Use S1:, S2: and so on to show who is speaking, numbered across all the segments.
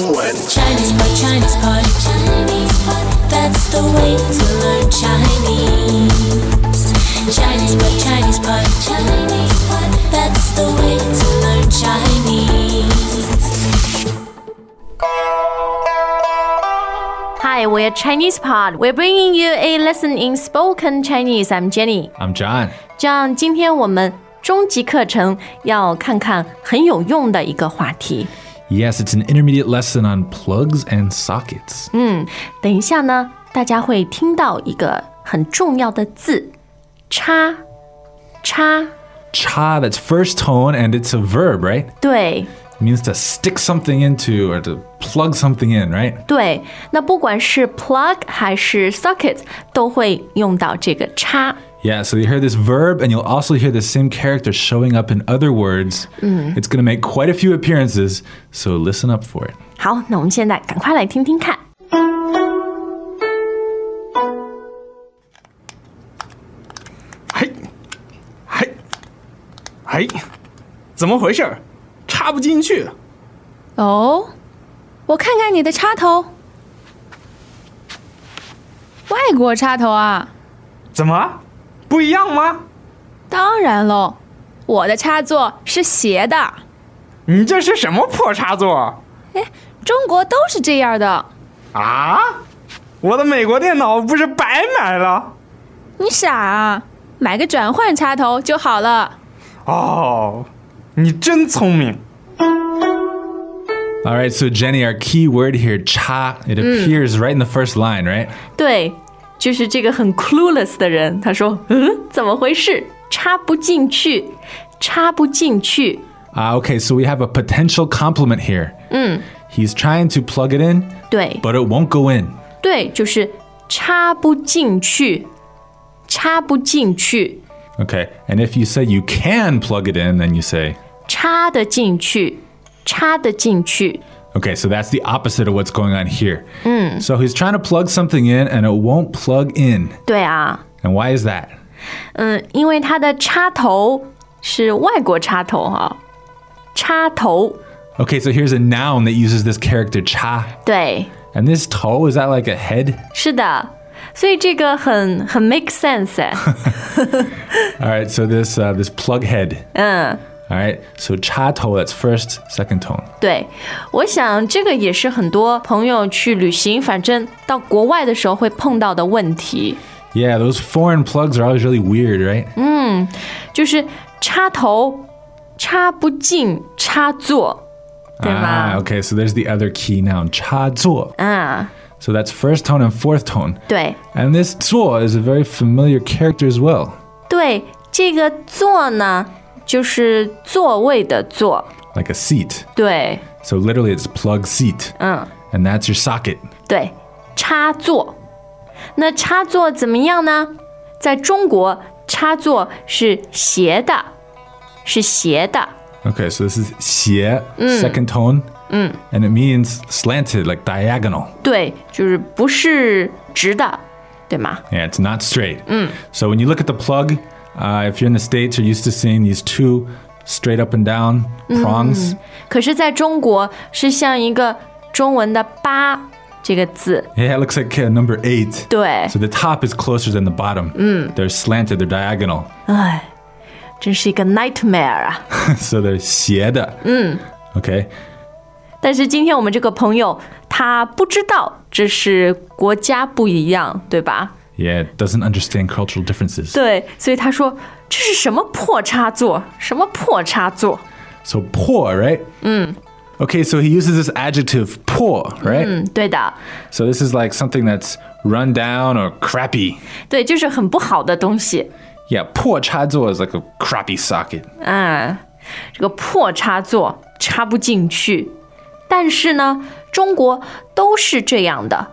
S1: Chinese pot, Chinese pot. Chinese pot. That's the way to learn Chinese. Chinese pot, Chinese pot. Chinese pot. That's the way to learn Chinese.
S2: Hi, we're Chinese Pod. We're bringing you a lesson in spoken Chinese. I'm Jenny.
S3: I'm John。
S2: 这样，今天我们终极课程要看看很有用的一个话题。
S3: Yes, it's an intermediate lesson on plugs and sockets.
S2: 等一下呢，大家会听到一个很重要的字“插”，插，
S3: Cha, that's first tone, and it's a verb, right?
S2: 对
S3: It means to stick something into or to plug something in, right?
S2: 对。那不管是 plug 还是 socket，都会用到这个“插
S3: Yeah, so you hear this verb, and you'll also hear the same character showing up in other words. It's going to make quite a few appearances, so listen up for it. ”。
S2: 好，那我们现在赶快来听听看。
S4: 嘿，嘿，嘿，怎么回事儿？插不进去。
S5: 哦，我看看你的插头，外国插头啊！
S4: 怎么？不一样吗？
S5: 当然喽，我的插座是斜的，
S4: 你这是什么破插座
S5: 中国都是这样的。
S4: 啊？我的美国电脑不是白买了？
S5: 你傻啊？买个转换插头就好了。
S4: 哦，你真聪明。
S3: All right, so Jenny, our key word here, cha, it appears right in the first line, right?
S2: 对，就是这个很 clueless 的人，他说：“嗯，怎么回事？插不进去，插不进去。
S3: Ah, okay, so we have a potential complement here. He's trying to plug it in, ”
S2: 对
S3: but it won't go in.
S2: 对，就是插不进去，插不进去，
S3: Okay. And if you say you can plug it in, then you say,
S2: 插得进去，插得进去。
S3: okay, so that's the opposite of what's going on here. So he's trying to plug something in and it won't plug in.
S2: 对啊，
S3: And why is that?
S2: 嗯，因为它的插头是外国插头啊，插头。
S3: Okay, so here's a noun that uses this character cha.
S2: 对，
S3: And this toe, is that like a head?
S2: 是的，所以这个很很 make sense 哎。
S3: All right, so this uh, this plug head.
S2: 嗯
S3: All right, so cha toe, that's first, second tone.
S2: 对，我想这个也是很多朋友去旅行，反正到国外的时候会碰到的问题，
S3: Yeah, those foreign plugs are always really weird, right?
S2: 就是插头插不进插座，对吧
S3: Ah, okay, so there's the other key noun, cha zuo.
S2: 嗯，
S3: So that's first tone and fourth tone.
S2: 对
S3: And this zuo is a very familiar character as well.
S2: 对，这个座呢，就是座位的座，
S3: like a seat.
S2: 对，
S3: So literally, it's plug seat,
S2: 嗯，
S3: and that's your socket.
S2: 对，插座。那插座怎么样呢？在中国，插座是斜的，是斜的，
S3: Okay, so this is 斜, second tone, and it means slanted, like diagonal.
S2: 对，就是不是直的，对吗？
S3: Yeah, it's not straight. So when you look at the plug, uh, if you're in the States, you're used to seeing these two straight up and down prongs.
S2: 可是在中国是像一个中文的“八”这个字，
S3: Yeah, it looks like uh, number eight.
S2: 对
S3: So，the top is closer than the bottom. They're slanted, they're diagonal.
S2: 哎，真是一个 nightmare 啊！
S3: so they're 斜的. Okay.
S2: 但是今天我们这个朋友他不知道这是国家不一样，对吧？
S3: Yeah, it doesn't understand cultural differences.
S2: 对，所以他说这是什么破插座？什么破插座？
S3: So poor, right? Okay, so he uses this adjective poor, right?
S2: 嗯，对的，
S3: So this is like something that's run down or crappy.
S2: 对，就是很不好的东西。
S3: Yeah, poor chazo is like a crappy socket.
S2: 嗯，这个破插座插不进去。但是呢，中国都是这样的，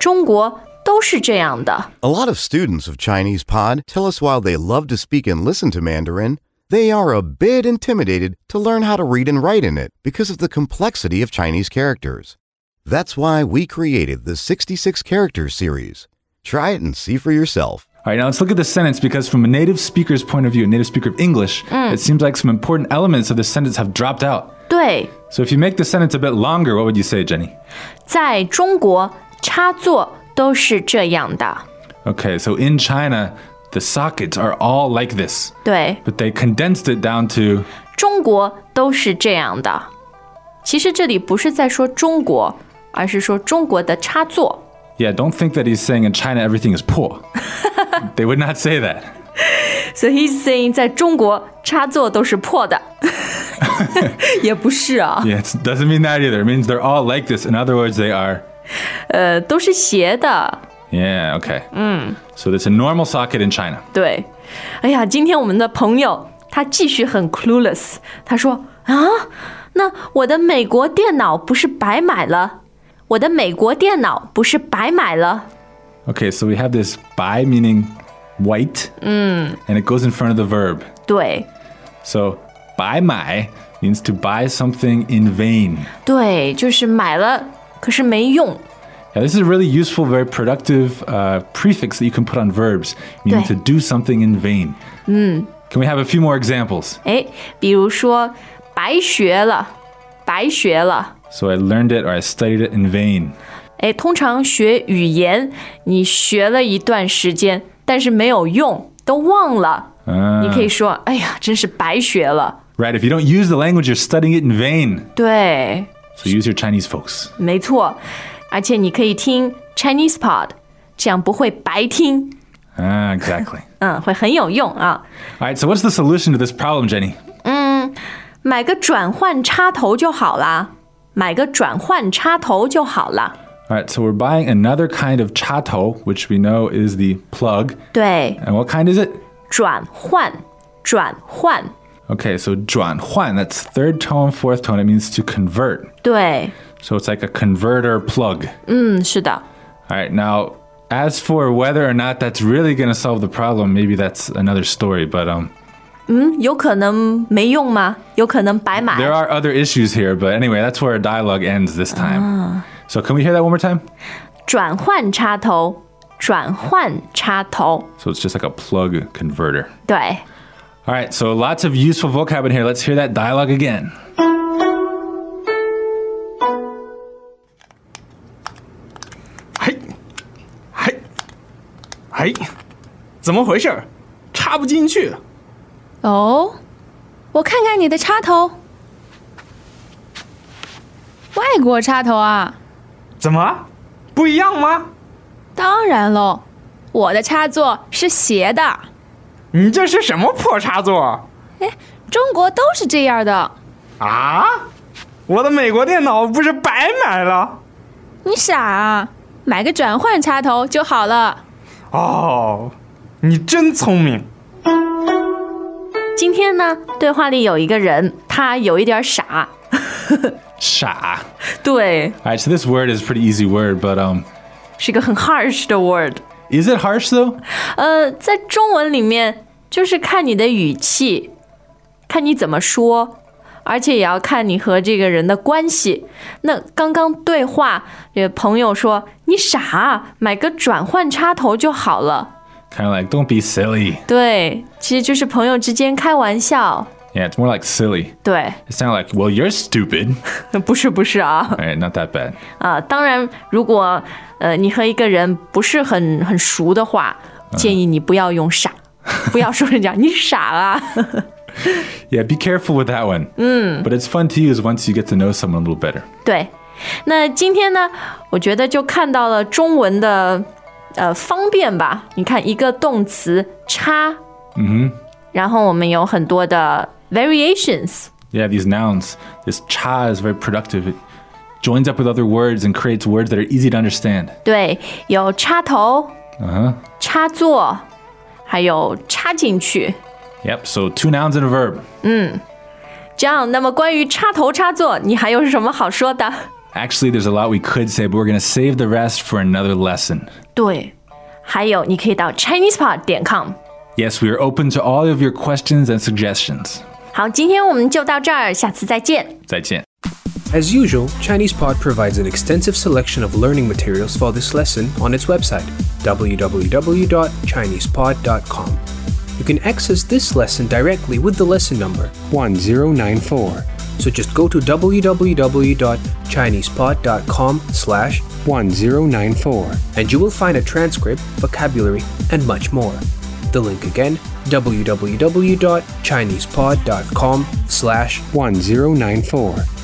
S2: 中国都是这样的。
S6: A lot of students of Chinese Pod tell us while they love to speak and listen to Mandarin, they are a bit intimidated to learn how to read and write in it because of the complexity of Chinese characters. That's why we created the 66 character series. Try it and see for yourself.
S3: All right, now let's look at the sentence because from a native speaker's point of view, a native speaker of English, it seems like some important elements of the sentence have dropped out.
S2: 对，
S3: So if you make the sentence a bit longer, what would you say, Jenny?
S2: 在中国插座都是这样的。
S3: Okay, so in China, the sockets are all like this,
S2: 对，
S3: but they condensed it down to
S2: 中国都是这样的。其实这里不是在说中国，而是说中国的插座。
S3: yeah, don't think that he's saying in China everything is poor. they would not say that.
S2: So he's saying 在中国插座都是破 的，也不是啊，
S3: Yeah, it doesn't mean that either. It means they're all like this. In other words, they are
S2: 呃，都是斜的。
S3: Yeah, okay. So there's a normal socket in China.
S2: 对，哎呀，今天我们的朋友他继续很 clueless，他说啊，那我的美国电脑不是白买了？我的美国电脑不是白买了？
S3: Okay, so we have this by meaning white, and it goes in front of the verb.
S2: 对，
S3: So, buy mai means to buy something in vain.
S2: 对，就是买了，可是没用。
S3: Yeah, this is a really useful, very productive uh, prefix that you can put on verbs, meaning
S2: Right.
S3: to do something in vain. Can we have a few more examples?
S2: 哎，比如说白学了，白学了。
S3: So, I learned it or I studied it in vain.
S2: 哎，通常学语言，你学了一段时间，但是没有用，都忘了，你可以说，哎呀，真是白学了。
S3: Right, if you don't use the language, you're studying it in vain.
S2: 对，
S3: So, use your Chinese folks.
S2: 没错，而且你可以听 Chinese Pod，这样不会白听，
S3: Ah, exactly.
S2: 嗯，会很有用啊。
S3: All right, so what's the solution to this problem, Jenny?
S2: 买个转换插头就好啦，买个转换插头就好啦。
S3: All right, so we're buying another kind of chato, which we know is the plug.
S2: 对，
S3: And what kind is it?
S2: 转换，转换，
S3: Okay, so 转换, that's third tone, fourth tone. It means to convert.
S2: 对，
S3: So it's like a converter plug. All
S2: 嗯，是的，
S3: right, now as for whether or not that's really going to solve the problem, maybe that's another story, but um
S2: 有可能没用吗？有可能白买
S3: there are other issues here, but anyway, that's where our dialogue ends this time. So can we hear that one more time?
S2: 转换插头，转换插头，
S3: So it's just like a plug converter.
S2: 对。
S3: All right, so lots of useful vocab in here. Let's hear that dialogue again.
S4: 嘿，嘿，嘿，怎么回事儿？插不进去。
S5: 哦，我看看你的插头，外国插头啊，
S4: 怎么不一样吗？
S5: 当然喽，我的插座是斜的，
S4: 你这是什么破插座
S5: 中国都是这样的。
S4: 啊？我的美国电脑不是白买了？
S5: 你傻啊，买个转换插头就好了。
S4: 哦，你真聪明。
S2: 今天呢，对话里有一个人，他有一点傻，
S3: Sha.
S2: 对，
S3: All right, so this word is a pretty easy word, but um,
S2: 是个很 harsh 的 word。
S3: is it harsh though?
S2: 呃，在中文里面，就是看你的语气，看你怎么说，而且也要看你和这个人的关系。那刚刚对话，这朋友说你傻，买个转换插头就好了。
S3: Kind of like, don't be silly.
S2: 对，其实就是朋友之间开玩笑。
S3: Yeah, it's more like silly.
S2: 对，
S3: It's not like, well, you're stupid.
S2: 不是不是啊
S3: All right, not that bad.
S2: 啊！当然，如果呃你和一个人不是很很熟的话，建议你不要用傻，不要说人家你傻啊。
S3: Yeah, be careful with that one. But it's fun to use once you get to know someone a little better.
S2: 对，那今天呢，我觉得就看到了中文的呃方便吧。你看一个动词插，嗯然后我们有很多的 variations，
S3: Yeah, these nouns. This cha is very productive. It joins up with other words and creates words that are easy to understand.
S2: 对，有插头，插座，还有插进去。
S3: Yep, so two nouns and a verb.
S2: 这样，那么关于插头、插座，你还有什么好说的？
S3: Actually, there's a lot we could say, but we're going to save the rest for another lesson.
S2: 对，还有你可以到 ChinesePod 点 com。
S3: Yes, we are open to all of your questions and suggestions.
S2: 好，今天我们就到这儿，下次再见。
S3: 再见.
S7: As usual, ChinesePod provides an extensive selection of learning materials for this lesson on its website, www.chinesepod.com. You can access this lesson directly with the lesson number 1094 so just go to www.chinesepod.com slash 1094 and you will find a transcript, vocabulary, and much more. The link again, www.chinesepod.com slash 1094.